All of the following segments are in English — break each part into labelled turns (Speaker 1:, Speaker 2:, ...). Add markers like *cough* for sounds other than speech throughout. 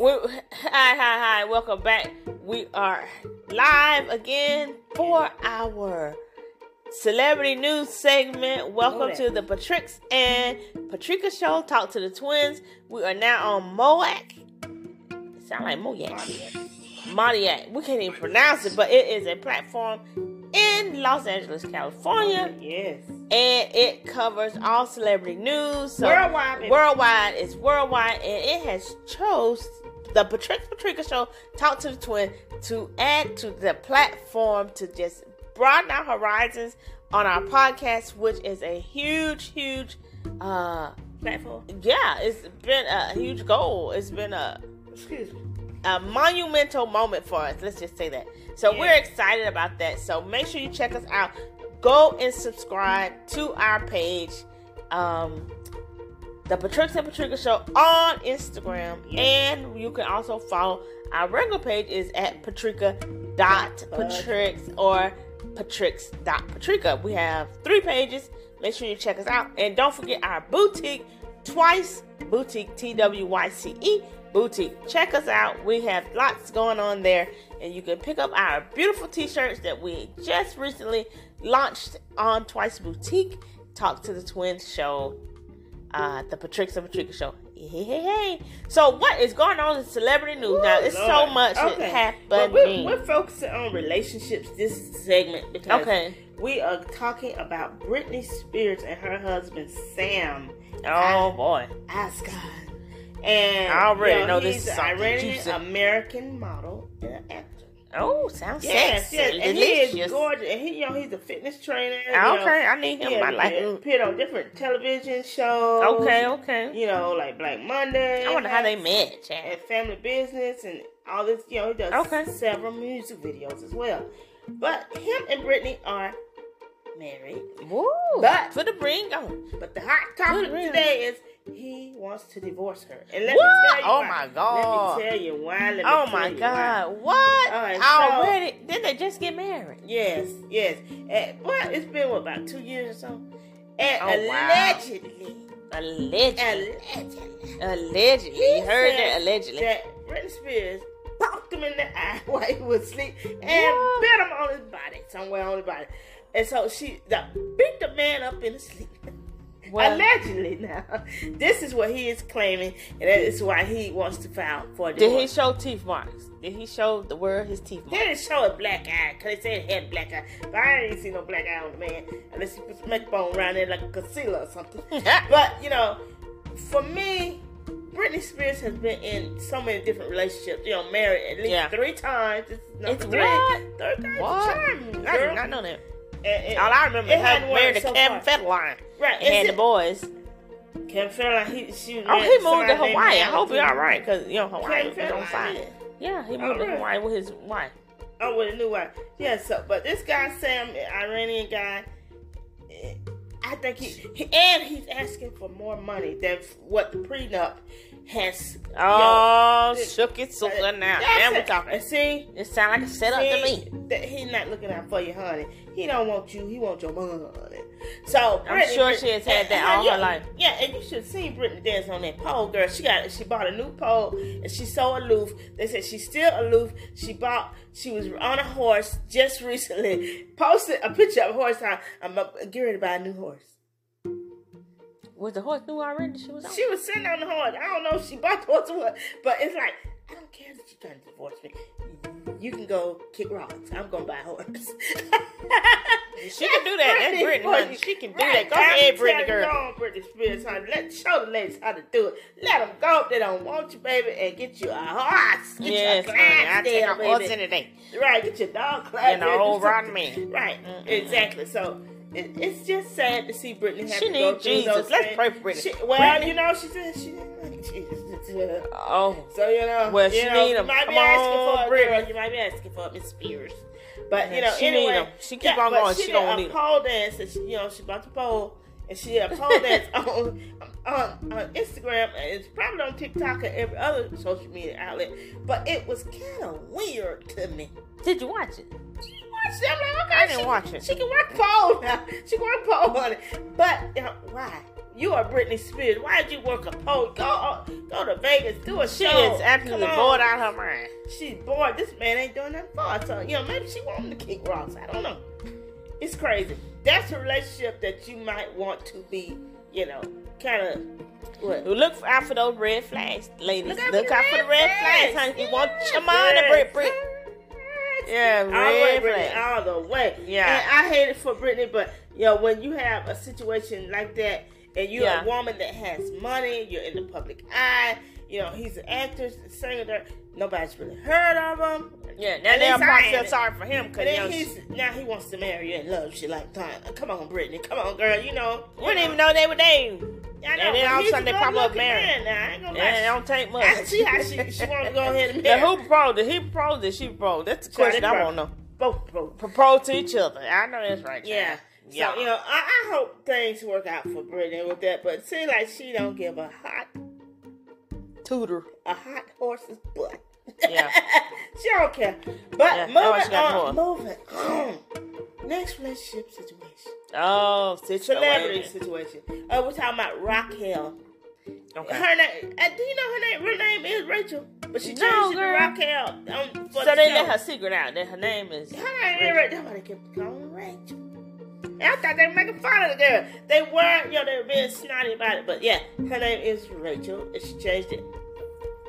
Speaker 1: We, hi, hi, hi. Welcome back. We are live again for our celebrity news segment. Welcome to the Patricks and Patricia show. Talk to the twins. We are now on Moac. Sound like Moac. Modiac. We can't even pronounce it, but it is a platform in Los Angeles, California.
Speaker 2: Yes.
Speaker 1: and it covers all celebrity news. So
Speaker 2: Worldwide, baby.
Speaker 1: worldwide is worldwide, and it has chose the Patrick Patricia Show, Talk to the Twin, to add to the platform to just broaden our horizons on our podcast, which is a huge, huge. uh
Speaker 2: Platform.
Speaker 1: yeah, it's been a huge goal. It's been a
Speaker 2: Excuse me.
Speaker 1: a monumental moment for us. Let's just say that. So
Speaker 2: Yeah.
Speaker 1: we're excited about that. So make sure you check us out. Go and subscribe to our page, um, the Patricia and Patricia Show on Instagram,
Speaker 2: Yeah.
Speaker 1: and you can also follow our regular page is at Patricia dot Patrix or Patrix dot Patricia. We have three pages. Make sure you check us out, and don't forget our boutique twice boutique T W Y C E boutique. Check us out. We have lots going on there, and you can pick up our beautiful T-shirts that we just recently launched on Twice Boutique. Talk to the Twins show uh, the Patricia Patricia show. Hey, hey, hey, hey. So what is going on in celebrity news now? It's so
Speaker 2: Lord.
Speaker 1: much
Speaker 2: Okay. Well,
Speaker 1: happening.
Speaker 2: we're, we're focusing on relationships this segment because
Speaker 1: Okay.
Speaker 2: we are talking about Britney Spears and her husband Sam
Speaker 1: oh boy.
Speaker 2: Asghar. And
Speaker 1: I already
Speaker 2: you
Speaker 1: know this
Speaker 2: he's
Speaker 1: is
Speaker 2: an
Speaker 1: something
Speaker 2: Iranian
Speaker 1: juicy.
Speaker 2: American model and actor.
Speaker 1: Oh, sounds
Speaker 2: Yes,
Speaker 1: sexy.
Speaker 2: yes, and he
Speaker 1: Delicious.
Speaker 2: is gorgeous. And he, you know, he's a fitness trainer. you
Speaker 1: Okay,
Speaker 2: know,
Speaker 1: I need him
Speaker 2: He
Speaker 1: in my life.
Speaker 2: has appeared on different television shows.
Speaker 1: Okay, okay.
Speaker 2: You know, like Black Monday.
Speaker 1: I wonder how they met,
Speaker 2: and
Speaker 1: Chad.
Speaker 2: family business and all this. You know, he does
Speaker 1: Okay.
Speaker 2: several music videos as well. But him and Britney are married.
Speaker 1: Woo.
Speaker 2: But-
Speaker 1: for the bring on.
Speaker 2: But the hot topic
Speaker 1: Good riddance.
Speaker 2: today is he wants to divorce her. And let
Speaker 1: What?
Speaker 2: me tell you
Speaker 1: Oh
Speaker 2: why.
Speaker 1: my God.
Speaker 2: Let me tell you why. Let me
Speaker 1: Oh
Speaker 2: tell
Speaker 1: my
Speaker 2: you why.
Speaker 1: God. What?
Speaker 2: All right, so-
Speaker 1: Already? Did they just get married?
Speaker 2: Yes, yes. And, well, it's been what, about two years or so. And
Speaker 1: Oh, wow.
Speaker 2: allegedly,
Speaker 1: Allegedly.
Speaker 2: allegedly,
Speaker 1: Allegedly.
Speaker 2: He
Speaker 1: You heard
Speaker 2: said
Speaker 1: that allegedly.
Speaker 2: that Britney Spears poked him in the eye *laughs* while he was asleep and
Speaker 1: What?
Speaker 2: bit him on his body, somewhere on his body. And so she that beat the man up in his sleep.
Speaker 1: *laughs* Well-
Speaker 2: Allegedly, now this is what he is claiming, and that is why he wants to file for a
Speaker 1: Did he
Speaker 2: divorce.
Speaker 1: show teeth marks? Did he show the world his teeth
Speaker 2: They
Speaker 1: marks?
Speaker 2: didn't show a black eye, cause they said he had a black eye. But I didn't see no black eye on the man unless you put some bone around there like a concealer or
Speaker 1: *laughs*
Speaker 2: something. But you know, for me, Britney Spears has been in so many different relationships. You know, married at least
Speaker 1: Yeah.
Speaker 2: three times. This is number
Speaker 1: It's
Speaker 2: three.
Speaker 1: what?
Speaker 2: Third time's a
Speaker 1: What?
Speaker 2: charm,
Speaker 1: I
Speaker 2: girl.
Speaker 1: did not know that.
Speaker 2: And- and-
Speaker 1: All I remember is her
Speaker 2: hadn't
Speaker 1: married to
Speaker 2: worked so
Speaker 1: Kevin
Speaker 2: far.
Speaker 1: Federline.
Speaker 2: Right,
Speaker 1: And had
Speaker 2: is
Speaker 1: the
Speaker 2: it-
Speaker 1: boys.
Speaker 2: Kevin Federline, he she
Speaker 1: Oh,
Speaker 2: married
Speaker 1: he moved to
Speaker 2: somebody named
Speaker 1: Hawaii. I
Speaker 2: Malibu.
Speaker 1: hope he's all right because you know Hawaii
Speaker 2: Kevin
Speaker 1: is on
Speaker 2: Federline,
Speaker 1: fire.
Speaker 2: yeah.
Speaker 1: Yeah, he moved to
Speaker 2: Alright.
Speaker 1: Hawaii with his wife.
Speaker 2: Oh, with a new wife. Yeah. So, but this guy Sam, Iranian guy, eh, I think he, he and he's asking for more money than what the prenup has. you know,
Speaker 1: Oh,
Speaker 2: it-
Speaker 1: shook it so good now.
Speaker 2: That's
Speaker 1: Now we're
Speaker 2: it.
Speaker 1: talking.
Speaker 2: And see,
Speaker 1: It sound like a setup to
Speaker 2: See,
Speaker 1: me.
Speaker 2: That he not looking out for you, honey. He don't want you. He want your money. So
Speaker 1: I'm
Speaker 2: Britney-
Speaker 1: sure she has had that all
Speaker 2: and
Speaker 1: her
Speaker 2: you-
Speaker 1: life.
Speaker 2: Yeah, and you should have seen Britney dance on that pole, girl. She got she bought a new pole, and she's so aloof. They said she's still aloof. She bought. She was on a horse just recently. *laughs* Posted a picture of a horse. How I'm up, get ready to buy a new horse.
Speaker 1: Was the horse new already? She was on.
Speaker 2: She was sitting on the horse. I don't know if she bought the horse or what, but it's like, I don't care that you're trying to divorce me. You can go kick rocks. I'm going to buy
Speaker 1: *laughs*
Speaker 2: a horse.
Speaker 1: She can do that. That's Britney,
Speaker 2: for
Speaker 1: honey.
Speaker 2: you.
Speaker 1: She can do that. Go ahead, Britney, girl.
Speaker 2: Go on, Britney Spears, honey. Let, show the ladies how to do it. Let them go if they don't want you, baby, and get you a horse. Get
Speaker 1: Yes,
Speaker 2: you a
Speaker 1: honey. I
Speaker 2: class
Speaker 1: take a
Speaker 2: deal,
Speaker 1: horse
Speaker 2: baby.
Speaker 1: in today.
Speaker 2: Right, get your dog class
Speaker 1: And a whole rotten man.
Speaker 2: Right,
Speaker 1: Mm-mm.
Speaker 2: exactly. So it, it's just sad to see Britney have
Speaker 1: She
Speaker 2: to
Speaker 1: need
Speaker 2: go through
Speaker 1: Jesus.
Speaker 2: those
Speaker 1: Let's
Speaker 2: things.
Speaker 1: pray for Britney.
Speaker 2: She, well,
Speaker 1: Britney.
Speaker 2: you know, she said she didn't like Jesus.
Speaker 1: Oh,
Speaker 2: So you know,
Speaker 1: Well,
Speaker 2: you
Speaker 1: she
Speaker 2: know,
Speaker 1: need
Speaker 2: you
Speaker 1: 'em.
Speaker 2: might be
Speaker 1: Come
Speaker 2: asking
Speaker 1: on,
Speaker 2: for a girl,
Speaker 1: Britney.
Speaker 2: you might be asking for a Miss Spears, but you
Speaker 1: Yeah,
Speaker 2: know,
Speaker 1: she need
Speaker 2: anyway,
Speaker 1: 'em. She keep on
Speaker 2: but
Speaker 1: going, she
Speaker 2: did
Speaker 1: gonna
Speaker 2: a
Speaker 1: need 'em.
Speaker 2: pole dance, and she, you know, she bought the pole, and she did
Speaker 1: *laughs*
Speaker 2: a pole dance on, on on Instagram, and it's probably on TikTok and every other social media outlet. But it was kind of weird to me.
Speaker 1: did you watch it?
Speaker 2: You watched it? I'm like, okay,
Speaker 1: I didn't
Speaker 2: she-
Speaker 1: watch it.
Speaker 2: *laughs* She can work pole now. She can work pole on it, but you know, why? You are Britney Spears. Why did you work a pole? Go uh, go to Vegas, do a
Speaker 1: She
Speaker 2: show.
Speaker 1: is absolutely
Speaker 2: Come on.
Speaker 1: bored out of her mind.
Speaker 2: She's bored. This man ain't doing nothing for her. So you know, maybe she want him to kick rocks. I don't know. It's crazy. That's a relationship that you might want to be, you know, kind of what.
Speaker 1: Look for- out for those red flags, ladies. Look, out for the red flags, honey. You want
Speaker 2: Yes,
Speaker 1: your mind to break, break.
Speaker 2: yes.
Speaker 1: Yeah,
Speaker 2: all the way,
Speaker 1: red
Speaker 2: Brittany,
Speaker 1: flags.
Speaker 2: all the way.
Speaker 1: Yeah.
Speaker 2: and I hate it for Brittany, but you know, when you have a situation like that, and you're
Speaker 1: Yeah.
Speaker 2: a woman that has money, you're in the public eye. You know, he's an actor, singer. there- Nobody's really heard of him.
Speaker 1: Yeah, now
Speaker 2: And
Speaker 1: they'll
Speaker 2: he's
Speaker 1: probably
Speaker 2: hiding
Speaker 1: feel
Speaker 2: it.
Speaker 1: sorry for him because
Speaker 2: And
Speaker 1: you
Speaker 2: then
Speaker 1: know, she
Speaker 2: he's now he wants to marry you and love you like time. Come on, Brittany. Come on, girl. You know.
Speaker 1: we didn't even know they were dating.
Speaker 2: I know,
Speaker 1: and then
Speaker 2: but
Speaker 1: all of a
Speaker 2: he's
Speaker 1: sudden they pop up
Speaker 2: good-looking
Speaker 1: married.
Speaker 2: man Now. I ain't gonna
Speaker 1: Yeah, it
Speaker 2: lie.
Speaker 1: don't take much.
Speaker 2: I see how she- she wanna go ahead
Speaker 1: *laughs*
Speaker 2: and
Speaker 1: Now,
Speaker 2: marry.
Speaker 1: who proposed? Did he propose? Did she propose? That's the
Speaker 2: So they
Speaker 1: question I
Speaker 2: pro-
Speaker 1: want to know.
Speaker 2: Both, both.
Speaker 1: Propose to each other. I know that's right.
Speaker 2: Yeah.
Speaker 1: child. Yeah.
Speaker 2: So you know, I, I hope things work out for Brittany with that, but it seems like she don't give a hot
Speaker 1: Tutor.
Speaker 2: a hot horse's butt.
Speaker 1: Yeah.
Speaker 2: *laughs* she don't care. But
Speaker 1: Yeah, that one she
Speaker 2: moving
Speaker 1: got
Speaker 2: on, moving on. Next relationship situation,
Speaker 1: Oh, situation.
Speaker 2: celebrity situation. Uh, we're talking about Raquel.
Speaker 1: Okay.
Speaker 2: Her name. Uh, do you know her name? Real name is Rachel, but she
Speaker 1: No,
Speaker 2: changed it to
Speaker 1: girl.
Speaker 2: Raquel. Um, for
Speaker 1: So
Speaker 2: the
Speaker 1: they
Speaker 2: show.
Speaker 1: let her secret out that her name is.
Speaker 2: Hi, Eric. Nobody kept calling Rachel. And I thought they were making fun of the girl. They were, you know, they were being snotty about it. But yeah, her name is Rachel, and she changed it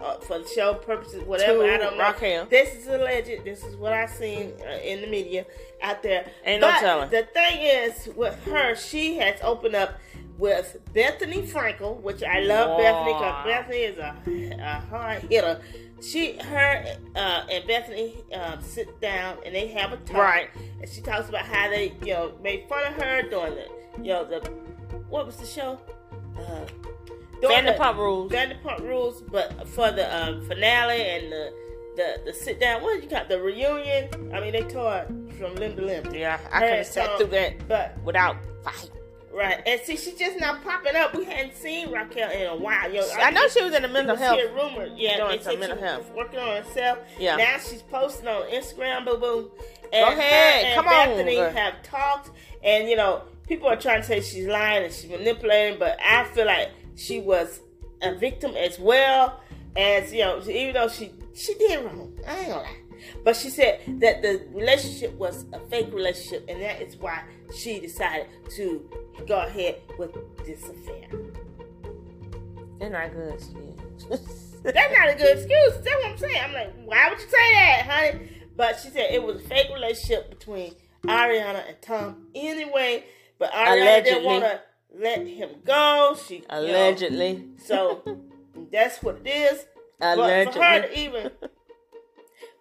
Speaker 2: uh, for the show purposes, whatever.
Speaker 1: To
Speaker 2: I don't know.
Speaker 1: Raquel.
Speaker 2: This is alleged. This is what I seen uh, in the media out there.
Speaker 1: Ain't no
Speaker 2: But
Speaker 1: telling.
Speaker 2: The thing is, with her, she has opened up with Bethany Frankel, which I love
Speaker 1: Wow.
Speaker 2: Bethany because Bethany is a, a hard hitter. She, her, uh, and Bethany um, sit down and they have a talk.
Speaker 1: Right.
Speaker 2: And she talks about how they, you know, made fun of her during the, you know, the, what was the show? Uh, during the-
Speaker 1: Vanderpump Rules.
Speaker 2: Vanderpump Rules, but for the um, finale and the, the the sit down, what you got? The reunion. I mean, they tore it from limb to limb.
Speaker 1: Yeah, I could have sat
Speaker 2: um,
Speaker 1: through that
Speaker 2: But
Speaker 1: without fight.
Speaker 2: right, and see, she's just not popping up. We hadn't seen Raquel in a while. Yo,
Speaker 1: I know she was in the mental
Speaker 2: People
Speaker 1: health.
Speaker 2: see a rumor. Yeah,
Speaker 1: doing
Speaker 2: they
Speaker 1: some
Speaker 2: said
Speaker 1: mental
Speaker 2: she
Speaker 1: health.
Speaker 2: was working on herself.
Speaker 1: Yeah.
Speaker 2: Now she's posting on Instagram, boo boo.
Speaker 1: Go ahead.
Speaker 2: and
Speaker 1: Come on,
Speaker 2: Bethany
Speaker 1: girl.
Speaker 2: have talked, and you know, people are trying to say she's lying and she's manipulating, but I feel like she was a victim as well as you know, even though she she did wrong. I ain't gonna lie. But she said that the relationship was a fake relationship, and that is why she decided to go ahead with this affair.
Speaker 1: They're not good. *laughs* shit.
Speaker 2: That's not a good excuse. That's what I'm saying. I'm like, why would you say that, honey? But she said it was a fake relationship between Ariana and Tom anyway. But Ariana
Speaker 1: Allegedly.
Speaker 2: didn't want to let him go. She you know,
Speaker 1: Allegedly.
Speaker 2: so that's what it is. But for her
Speaker 1: Allegedly.
Speaker 2: to even.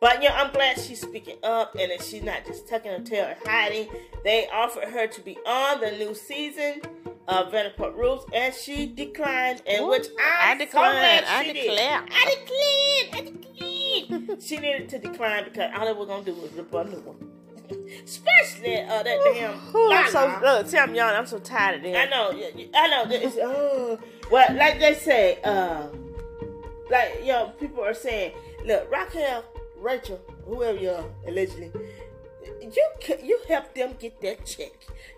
Speaker 2: But yeah, I'm glad she's speaking up and that she's not just tucking her tail and hiding. They offered her to be on the new season of Vanderpump Rules, and she declined. And
Speaker 1: Ooh,
Speaker 2: which
Speaker 1: I
Speaker 2: I'm so glad
Speaker 1: decline, I
Speaker 2: she
Speaker 1: declare.
Speaker 2: Did. I declined. I declined. she needed to decline because all they were gonna do was rip on the one. Especially uh, that damn.
Speaker 1: Ooh, I'm so
Speaker 2: Lala.
Speaker 1: look, see, I'm yawning. I'm so tired of
Speaker 2: I
Speaker 1: this.
Speaker 2: know, y- y- I know. It's, oh, well, like they say, uh, like you know, people are saying, look, Raquel, Rachel, whoever you are, allegedly, you ca- you helped them get that check.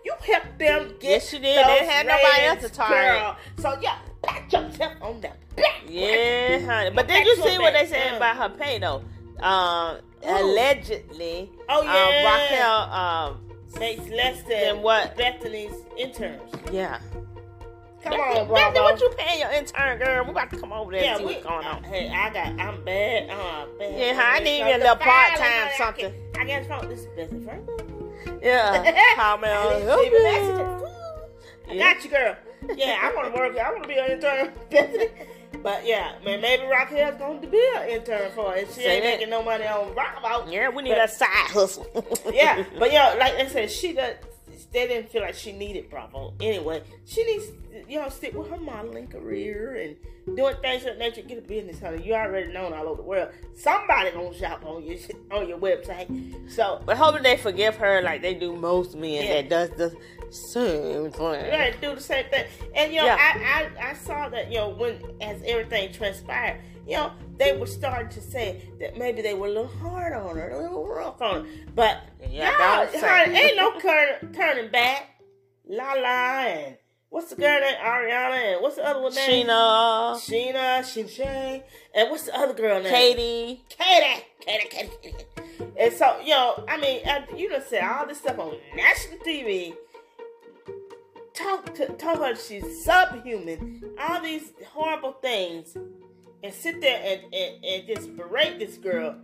Speaker 2: You helped them get.
Speaker 1: Yes, you did. They
Speaker 2: those
Speaker 1: had nobody
Speaker 2: ratings,
Speaker 1: else to target.
Speaker 2: girl. So yeah, pat yourself on the back.
Speaker 1: Yeah, honey. But did
Speaker 2: back
Speaker 1: you
Speaker 2: to
Speaker 1: see
Speaker 2: it
Speaker 1: what they
Speaker 2: back.
Speaker 1: said
Speaker 2: Mm.
Speaker 1: about her pay though? Um, allegedly. uh,
Speaker 2: Oh, yeah.
Speaker 1: Um,
Speaker 2: Makes less than,
Speaker 1: Than what?
Speaker 2: Bethany's interns.
Speaker 1: Bravo. Yeah.
Speaker 2: Come
Speaker 1: Bethany, Bethany,
Speaker 2: on, Bravo.
Speaker 1: what you paying your intern, girl? We about to come over there
Speaker 2: yeah,
Speaker 1: and see
Speaker 2: we,
Speaker 1: what's going on.
Speaker 2: *laughs* uh, hey, I got, I'm bad, uh, bad.
Speaker 1: Yeah, I need me a
Speaker 2: So
Speaker 1: little
Speaker 2: the
Speaker 1: part-time
Speaker 2: filing,
Speaker 1: something.
Speaker 2: I got to phone. This is Bethany Franklin.
Speaker 1: Yeah. How may
Speaker 2: I
Speaker 1: I
Speaker 2: didn't
Speaker 1: help
Speaker 2: see the
Speaker 1: you?
Speaker 2: messages. Ooh, I
Speaker 1: Yeah.
Speaker 2: got you, girl. Yeah, I want to work. I want to be an intern, *laughs* Bethany. But yeah, man, maybe Raquel's going to be an intern for her. If she
Speaker 1: Say
Speaker 2: ain't
Speaker 1: that.
Speaker 2: making no money on Roundabout.
Speaker 1: Yeah, we need
Speaker 2: But-
Speaker 1: a side hustle.
Speaker 2: yeah,
Speaker 1: *laughs*
Speaker 2: but yeah, like I said, she does. They didn't feel like she needed Bravo anyway. She needs, you know, stick with her modeling career and doing things of that nature. Get a business, honey. You already known all over the world. Somebody gonna shop on your *laughs* on your website. So
Speaker 1: But hopefully they forgive her like they do most men
Speaker 2: Yeah.
Speaker 1: that does the same thing.
Speaker 2: You gotta do the same thing. And you know, I, I I saw that you know when as everything transpired, you know they were starting to say that maybe they were a little hard on her, a little rough on her. But
Speaker 1: Yeah,
Speaker 2: y'all,
Speaker 1: don't say.
Speaker 2: honey, ain't no cur- turning back. La la and What's the girl named Ariana? And what's the other one named?
Speaker 1: Sheena,
Speaker 2: Sheena, Shinshay. And what's the other girl named?
Speaker 1: Katie.
Speaker 2: Katie, Katie, Katie, Katie. And so, you know, I mean, and you done said all this stuff on national TV. Talk to tell her she's subhuman. All these horrible things, and sit there and, and, and just berate this girl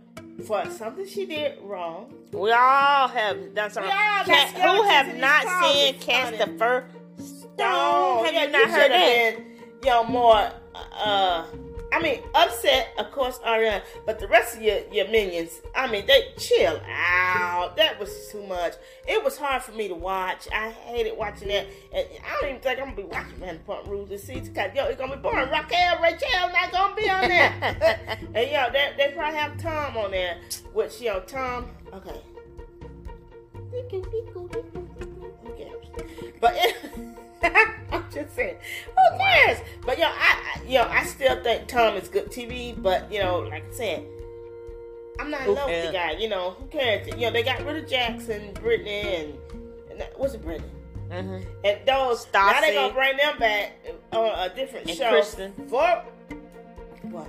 Speaker 2: for something she did wrong.
Speaker 1: We all have done something.
Speaker 2: We all got
Speaker 1: Cat- who
Speaker 2: skeletons
Speaker 1: have
Speaker 2: in
Speaker 1: not
Speaker 2: these closets,
Speaker 1: seen cast the
Speaker 2: honey.
Speaker 1: first
Speaker 2: Oh,
Speaker 1: stone? Have
Speaker 2: yeah,
Speaker 1: you not heard
Speaker 2: should've
Speaker 1: that?
Speaker 2: Been, you know, more. Uh, I mean, upset, of course, Ariana, but the rest of your, your minions, I mean, they chill out. That was too much. It was hard for me to watch. I hated watching that. And I don't even think I'm going to be watching Man Pump Rules this season because, yo, it's going to be boring. Raquel, Rachel, not going to be
Speaker 1: *laughs*
Speaker 2: on there. and, yo, they, they probably have Tom on there, which, yo, Tom, okay. Okay. But *laughs* it, I'm just saying, who cares? But yo, I, I yo, I still think Tom is good TV. But you know, like I said, I'm not
Speaker 1: Who
Speaker 2: in love with the guy.
Speaker 1: cares?
Speaker 2: You know, who cares? You know, they got rid of Jackson, Brittany, and, and that, was it Brittany?
Speaker 1: Mhm.
Speaker 2: And those now they
Speaker 1: Stassi.
Speaker 2: gonna bring them back on a different
Speaker 1: And
Speaker 2: show
Speaker 1: Kristen.
Speaker 2: for what?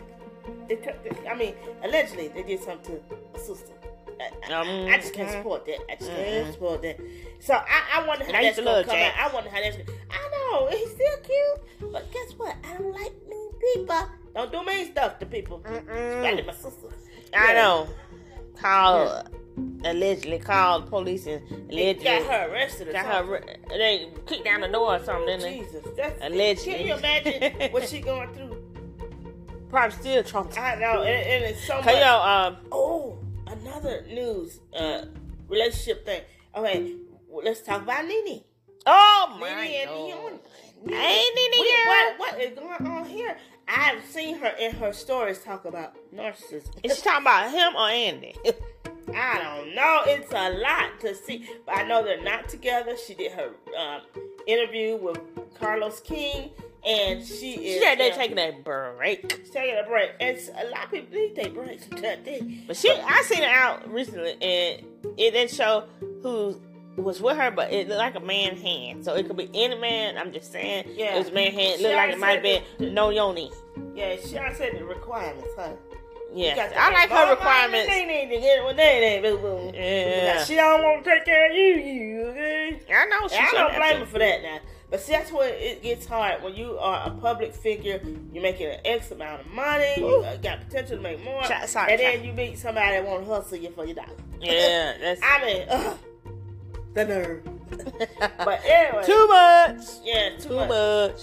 Speaker 2: They took. They, I mean, allegedly they did something to a sister. I, I-
Speaker 1: Um,
Speaker 2: I just can't
Speaker 1: mhm.
Speaker 2: support that. I just
Speaker 1: Mhm.
Speaker 2: can't support that. So I, I wonder how
Speaker 1: And I used
Speaker 2: that's
Speaker 1: to
Speaker 2: gonna
Speaker 1: love
Speaker 2: come
Speaker 1: Jack.
Speaker 2: out. I wonder how that's. I know he's still cute, but guess what? I don't like mean people. Don't do mean stuff to people. Especially
Speaker 1: Mm-mm.
Speaker 2: my sister.
Speaker 1: I know. Called allegedly called police and
Speaker 2: They
Speaker 1: allegedly
Speaker 2: got her arrested. Or
Speaker 1: got
Speaker 2: something.
Speaker 1: her re- they kicked down the door or something. didn't they?
Speaker 2: Jesus, that's
Speaker 1: Allegedly.
Speaker 2: Can you imagine what
Speaker 1: *laughs*
Speaker 2: she going through?
Speaker 1: Probably still traumatized.
Speaker 2: I know, and, and it's so much.
Speaker 1: Cause yo, um,
Speaker 2: Oh, another news uh relationship thing. Okay, well, let's talk about Nene.
Speaker 1: oh my
Speaker 2: Nene and
Speaker 1: god,
Speaker 2: Leon.
Speaker 1: Hey, Nene
Speaker 2: We-
Speaker 1: girl.
Speaker 2: What, what is going on here? I've seen her in her stories talk about narcissism.
Speaker 1: is she talking about him or Andy?
Speaker 2: *laughs*
Speaker 1: *laughs*
Speaker 2: I don't know. It's a lot to see. But I know they're not together. She did her um, interview with Carlos King, and she
Speaker 1: she
Speaker 2: is.
Speaker 1: said they
Speaker 2: uh,
Speaker 1: taking a break,
Speaker 2: she's taking a break. And s- a lot of people need their breaks. *laughs* They
Speaker 1: but she I seen her out recently and it didn't show who was with her, but it looked like a man hand, so it could be any man. I'm just saying,
Speaker 2: Yeah.
Speaker 1: it was a man hand. It
Speaker 2: She
Speaker 1: looked like it
Speaker 2: already
Speaker 1: might have been
Speaker 2: said
Speaker 1: no yoni.
Speaker 2: Yeah, she I said the requirements, huh? You
Speaker 1: Yeah,
Speaker 2: got to
Speaker 1: I like
Speaker 2: get
Speaker 1: her
Speaker 2: involved. They
Speaker 1: requirements.
Speaker 2: need to get what they need. Boo, boo.
Speaker 1: Yeah.
Speaker 2: She don't want to take care of you, you. Okay?
Speaker 1: I know she
Speaker 2: And I
Speaker 1: shouldn't
Speaker 2: don't
Speaker 1: have
Speaker 2: blame
Speaker 1: to.
Speaker 2: her for that now. But see, that's where it gets hard when you are a public figure. You're making an X amount of money. You
Speaker 1: Ooh.
Speaker 2: uh, got potential to make more,
Speaker 1: Try- sorry,
Speaker 2: and
Speaker 1: try.
Speaker 2: then you meet somebody that want to hustle you for your dollar.
Speaker 1: Yeah, that's
Speaker 2: *laughs* I mean, ugh, the nerve. *laughs* But anyway,
Speaker 1: too much.
Speaker 2: yeah, too,
Speaker 1: Too
Speaker 2: much.
Speaker 1: much.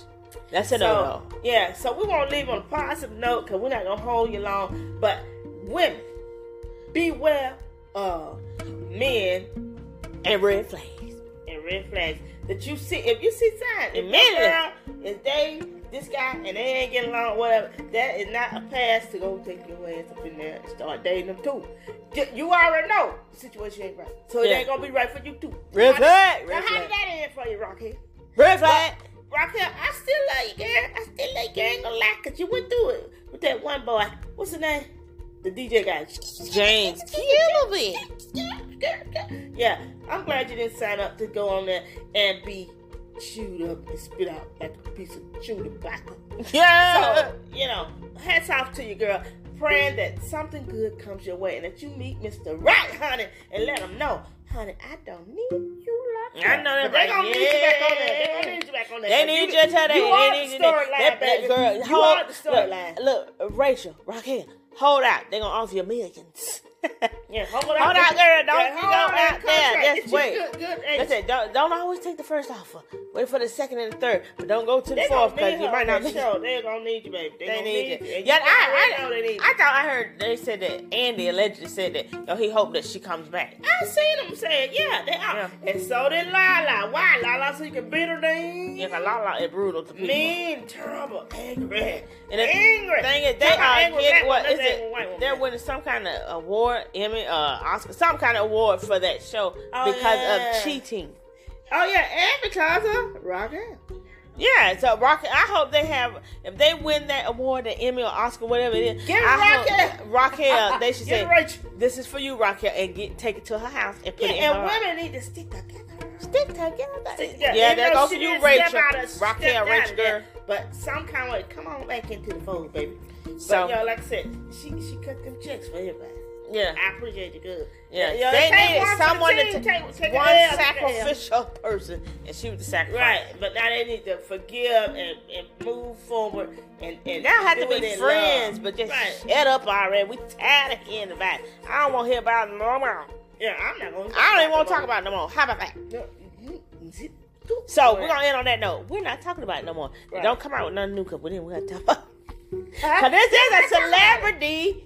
Speaker 1: That's a
Speaker 2: So,
Speaker 1: no
Speaker 2: yeah, so we won't leave on a positive note because we're not gonna hold you long. But women, beware of men
Speaker 1: no. And red flags.
Speaker 2: and red flags that you see. If you see signs, if
Speaker 1: Immediately.
Speaker 2: that girl is dating this guy and they ain't getting along, whatever, that is not a pass to go take your ass up in there and start dating them too. Ju- You already know the situation ain't right, so it
Speaker 1: Yeah.
Speaker 2: ain't gonna be right for you too.
Speaker 1: Red
Speaker 2: Now,
Speaker 1: flag.
Speaker 2: Now,
Speaker 1: Red
Speaker 2: how
Speaker 1: flag.
Speaker 2: did that end for you, Rocky?
Speaker 1: Red flag.
Speaker 2: Raquel, I still love you, girl. I still love you, girl. Ain't gonna lie, cause you went through it with that one boy. What's his name? The DJ guy.
Speaker 1: James Killabee.
Speaker 2: Yeah, I'm glad you didn't sign up to go on there and be chewed up and spit out like a piece of chewed tobacco.
Speaker 1: Yeah.
Speaker 2: So, *laughs* you know, hats off to you, girl. Praying that something good comes your way and that you meet Mr. Right, honey, and let him know, honey, I don't need you like
Speaker 1: I know that
Speaker 2: But they
Speaker 1: right.
Speaker 2: gonna need you back on that. They
Speaker 1: Yeah.
Speaker 2: gonna need you back on that.
Speaker 1: they need you to tell that.
Speaker 2: You
Speaker 1: they
Speaker 2: are
Speaker 1: need
Speaker 2: the
Speaker 1: you to-
Speaker 2: storyline,
Speaker 1: that- that
Speaker 2: baby.
Speaker 1: Girl,
Speaker 2: You
Speaker 1: hold,
Speaker 2: are the storyline.
Speaker 1: Look, look, Rachel, Raquel, hold out. They're going to offer you
Speaker 2: *laughs*
Speaker 1: millions.
Speaker 2: Yeah, hold
Speaker 1: Hold out, girl. Don't
Speaker 2: Yeah,
Speaker 1: you
Speaker 2: hold
Speaker 1: go
Speaker 2: on that
Speaker 1: out there.
Speaker 2: contract.
Speaker 1: Just
Speaker 2: Get you
Speaker 1: wait.
Speaker 2: Good, good
Speaker 1: That's
Speaker 2: agent.
Speaker 1: it. Don't, don't always take the first offer. Wait for the second and the third, but don't go to the
Speaker 2: They
Speaker 1: fourth
Speaker 2: gonna
Speaker 1: because
Speaker 2: need
Speaker 1: you
Speaker 2: her
Speaker 1: might not
Speaker 2: on that
Speaker 1: be.
Speaker 2: show. They gonna need you, baby. They,
Speaker 1: They
Speaker 2: gonna
Speaker 1: need
Speaker 2: you.
Speaker 1: you.
Speaker 2: And
Speaker 1: Yeah,
Speaker 2: you
Speaker 1: I,
Speaker 2: already know they
Speaker 1: I,
Speaker 2: need you.
Speaker 1: I thought I heard they said that Andy allegedly said that. No, he hoped that she comes back.
Speaker 2: I seen them saying, yeah, they are. And so did Lala. Why, Lala? So you can beat her down.
Speaker 1: Yeah, 'cause Lala is brutal to people.
Speaker 2: Mean, terrible, angry,
Speaker 1: And the
Speaker 2: angry.
Speaker 1: thing is, they
Speaker 2: Talk about
Speaker 1: are
Speaker 2: angry black
Speaker 1: getting what
Speaker 2: woman,
Speaker 1: is
Speaker 2: that's angry white
Speaker 1: it?
Speaker 2: woman.
Speaker 1: They're winning some kind of award, Emmy, uh, Oscar, some kind of award for that show
Speaker 2: Oh,
Speaker 1: because
Speaker 2: yeah.
Speaker 1: of cheating.
Speaker 2: Oh yeah, and because of Rocket.
Speaker 1: Yeah, so Rocket. I hope they have. If they win that award, the Emmy or Oscar, whatever it is,
Speaker 2: Give
Speaker 1: I hope-
Speaker 2: *laughs*
Speaker 1: Raquel, they should say,
Speaker 2: Get rich.
Speaker 1: "This is for you, Raquel," and get take it to her house and put
Speaker 2: Yeah,
Speaker 1: it in
Speaker 2: and
Speaker 1: her.
Speaker 2: women need to stick together.
Speaker 1: Stick together.
Speaker 2: Yeah,
Speaker 1: Yeah,
Speaker 2: even
Speaker 1: that
Speaker 2: though
Speaker 1: goes
Speaker 2: she
Speaker 1: to you,
Speaker 2: didn't step
Speaker 1: Rachel.
Speaker 2: out of- step
Speaker 1: Raquel,
Speaker 2: out of
Speaker 1: Rachel
Speaker 2: that,
Speaker 1: girl.
Speaker 2: But some kind of way, come on back into the fold, baby.
Speaker 1: So-
Speaker 2: So, but, yo, like I said, she she cut them checks for everybody.
Speaker 1: Yeah.
Speaker 2: I appreciate you good.
Speaker 1: Yeah,
Speaker 2: Yo,
Speaker 1: they
Speaker 2: take
Speaker 1: needed
Speaker 2: one for the
Speaker 1: someone to
Speaker 2: team,
Speaker 1: take
Speaker 2: take- take
Speaker 1: one
Speaker 2: a L, take a L.
Speaker 1: sacrificial person, and she was the sacrifice.
Speaker 2: Right, but now they need to forgive and, and move forward and and
Speaker 1: Now I have to
Speaker 2: do it
Speaker 1: be
Speaker 2: in
Speaker 1: friends,
Speaker 2: love.
Speaker 1: but just
Speaker 2: right.
Speaker 1: shut up already. We tired of hearing about it. I don't want to hear about it no more.
Speaker 2: yeah, I'm not gonna.
Speaker 1: I don't even want to talk about it no more. How about that? So we're gonna end on that note. We're not talking about it no more.
Speaker 2: Right.
Speaker 1: Don't come out with nothing new because we didn't we gotta talk about. Because this is a *laughs* celebrity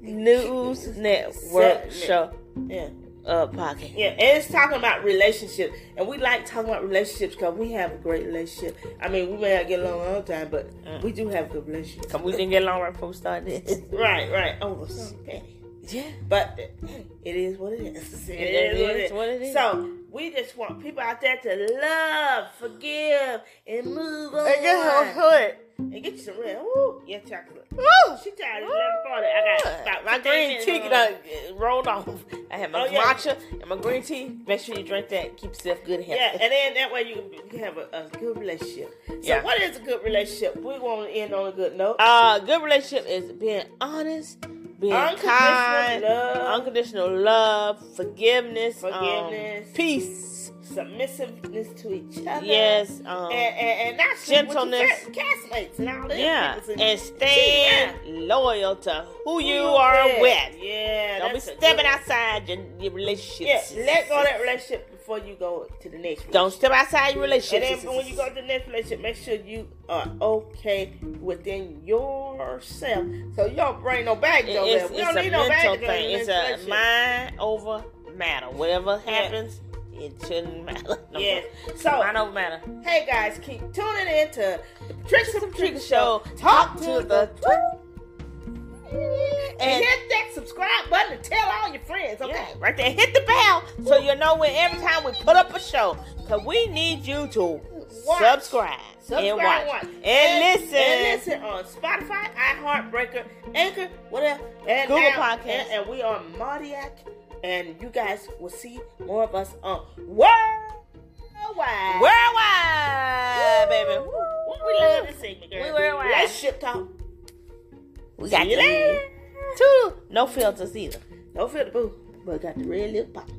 Speaker 1: news network
Speaker 2: Segment.
Speaker 1: show
Speaker 2: Yeah.
Speaker 1: uh, podcast.
Speaker 2: Yeah, and it's talking about relationships, and we like talking about relationships because we have a great relationship. I mean, we may not get along all the time, but
Speaker 1: Uh.
Speaker 2: we do have good relationships.
Speaker 1: Cause we didn't get along right before we started this.
Speaker 2: Right, right. Oh, we're so petty.
Speaker 1: Yeah.
Speaker 2: But it is what it is. *laughs* It,
Speaker 1: is what it is.
Speaker 2: So we just want people out there to love, forgive, and move on.
Speaker 1: And get her hood.
Speaker 2: And get you some red. Ooh, yeah, chocolate.
Speaker 1: Woo!
Speaker 2: She tired of 1140. I got about
Speaker 1: my
Speaker 2: 15
Speaker 1: green
Speaker 2: minutes
Speaker 1: tea
Speaker 2: on.
Speaker 1: done rolled off. I had my
Speaker 2: Oh, yeah.
Speaker 1: matcha and my green tea. Make sure you drink that. Keep yourself good and healthy.
Speaker 2: Yeah, and then that way you can be- you can have a, a good relationship. So
Speaker 1: Yeah.
Speaker 2: what is a good relationship? We want to end on a good note.
Speaker 1: Uh, good relationship is being honest, being
Speaker 2: Unconditional
Speaker 1: kind,
Speaker 2: love.
Speaker 1: unconditional love, forgiveness, um,
Speaker 2: Forgiveness.
Speaker 1: peace.
Speaker 2: Submissiveness to each other.
Speaker 1: Yes, um,
Speaker 2: And, and, and that's
Speaker 1: Gentleness.
Speaker 2: Castmates and all that.
Speaker 1: yeah,
Speaker 2: People say,
Speaker 1: and
Speaker 2: "Gee,
Speaker 1: staying
Speaker 2: yeah,
Speaker 1: loyal to who you
Speaker 2: who
Speaker 1: are with.
Speaker 2: Yeah.
Speaker 1: Don't be
Speaker 2: that's a good
Speaker 1: stepping
Speaker 2: one.
Speaker 1: outside your, your
Speaker 2: Yeah,
Speaker 1: relationships.
Speaker 2: let go of that relationship before you go to the next
Speaker 1: *laughs*
Speaker 2: one.
Speaker 1: Don't step outside your
Speaker 2: And
Speaker 1: relationships.
Speaker 2: then when you go to the next relationship, make sure you are okay within yourself. So you don't bring no baggage
Speaker 1: It-
Speaker 2: over
Speaker 1: it's,
Speaker 2: there. We don't
Speaker 1: it's a
Speaker 2: need no
Speaker 1: mental
Speaker 2: baggage over
Speaker 1: thing.
Speaker 2: in
Speaker 1: It's
Speaker 2: this
Speaker 1: a
Speaker 2: relationship.
Speaker 1: mind over matter. Whatever happens, it shouldn't matter. *laughs* No
Speaker 2: Yeah.
Speaker 1: more.
Speaker 2: So-
Speaker 1: mind over matter.
Speaker 2: Hey guys, keep tuning in to the Patricia and Patricia
Speaker 1: show.
Speaker 2: Show.
Speaker 1: Talk to the
Speaker 2: truth.
Speaker 1: And-
Speaker 2: And hit that subscribe button and tell all your friends, okay?
Speaker 1: Yeah, right there. Hit the bell so you know when every time we put up a show. Cause we need you to
Speaker 2: Watch.
Speaker 1: subscribe,
Speaker 2: Subscribe
Speaker 1: and watch
Speaker 2: watch.
Speaker 1: And, listen.
Speaker 2: And listen on Spotify, iHeartBreaker, Anchor, whatever. And
Speaker 1: Google
Speaker 2: now-
Speaker 1: Podcasts.
Speaker 2: And, and we are Mardiac. And you guys will see more of us on Worldwide.
Speaker 1: Worldwide, baby.
Speaker 2: We love this segment, girl.
Speaker 1: We worldwide.
Speaker 2: Relationship talk.
Speaker 1: We got
Speaker 2: See you
Speaker 1: you.
Speaker 2: later.
Speaker 1: Two. No filters either.
Speaker 2: Don't feel the boo, but got the red lip pop.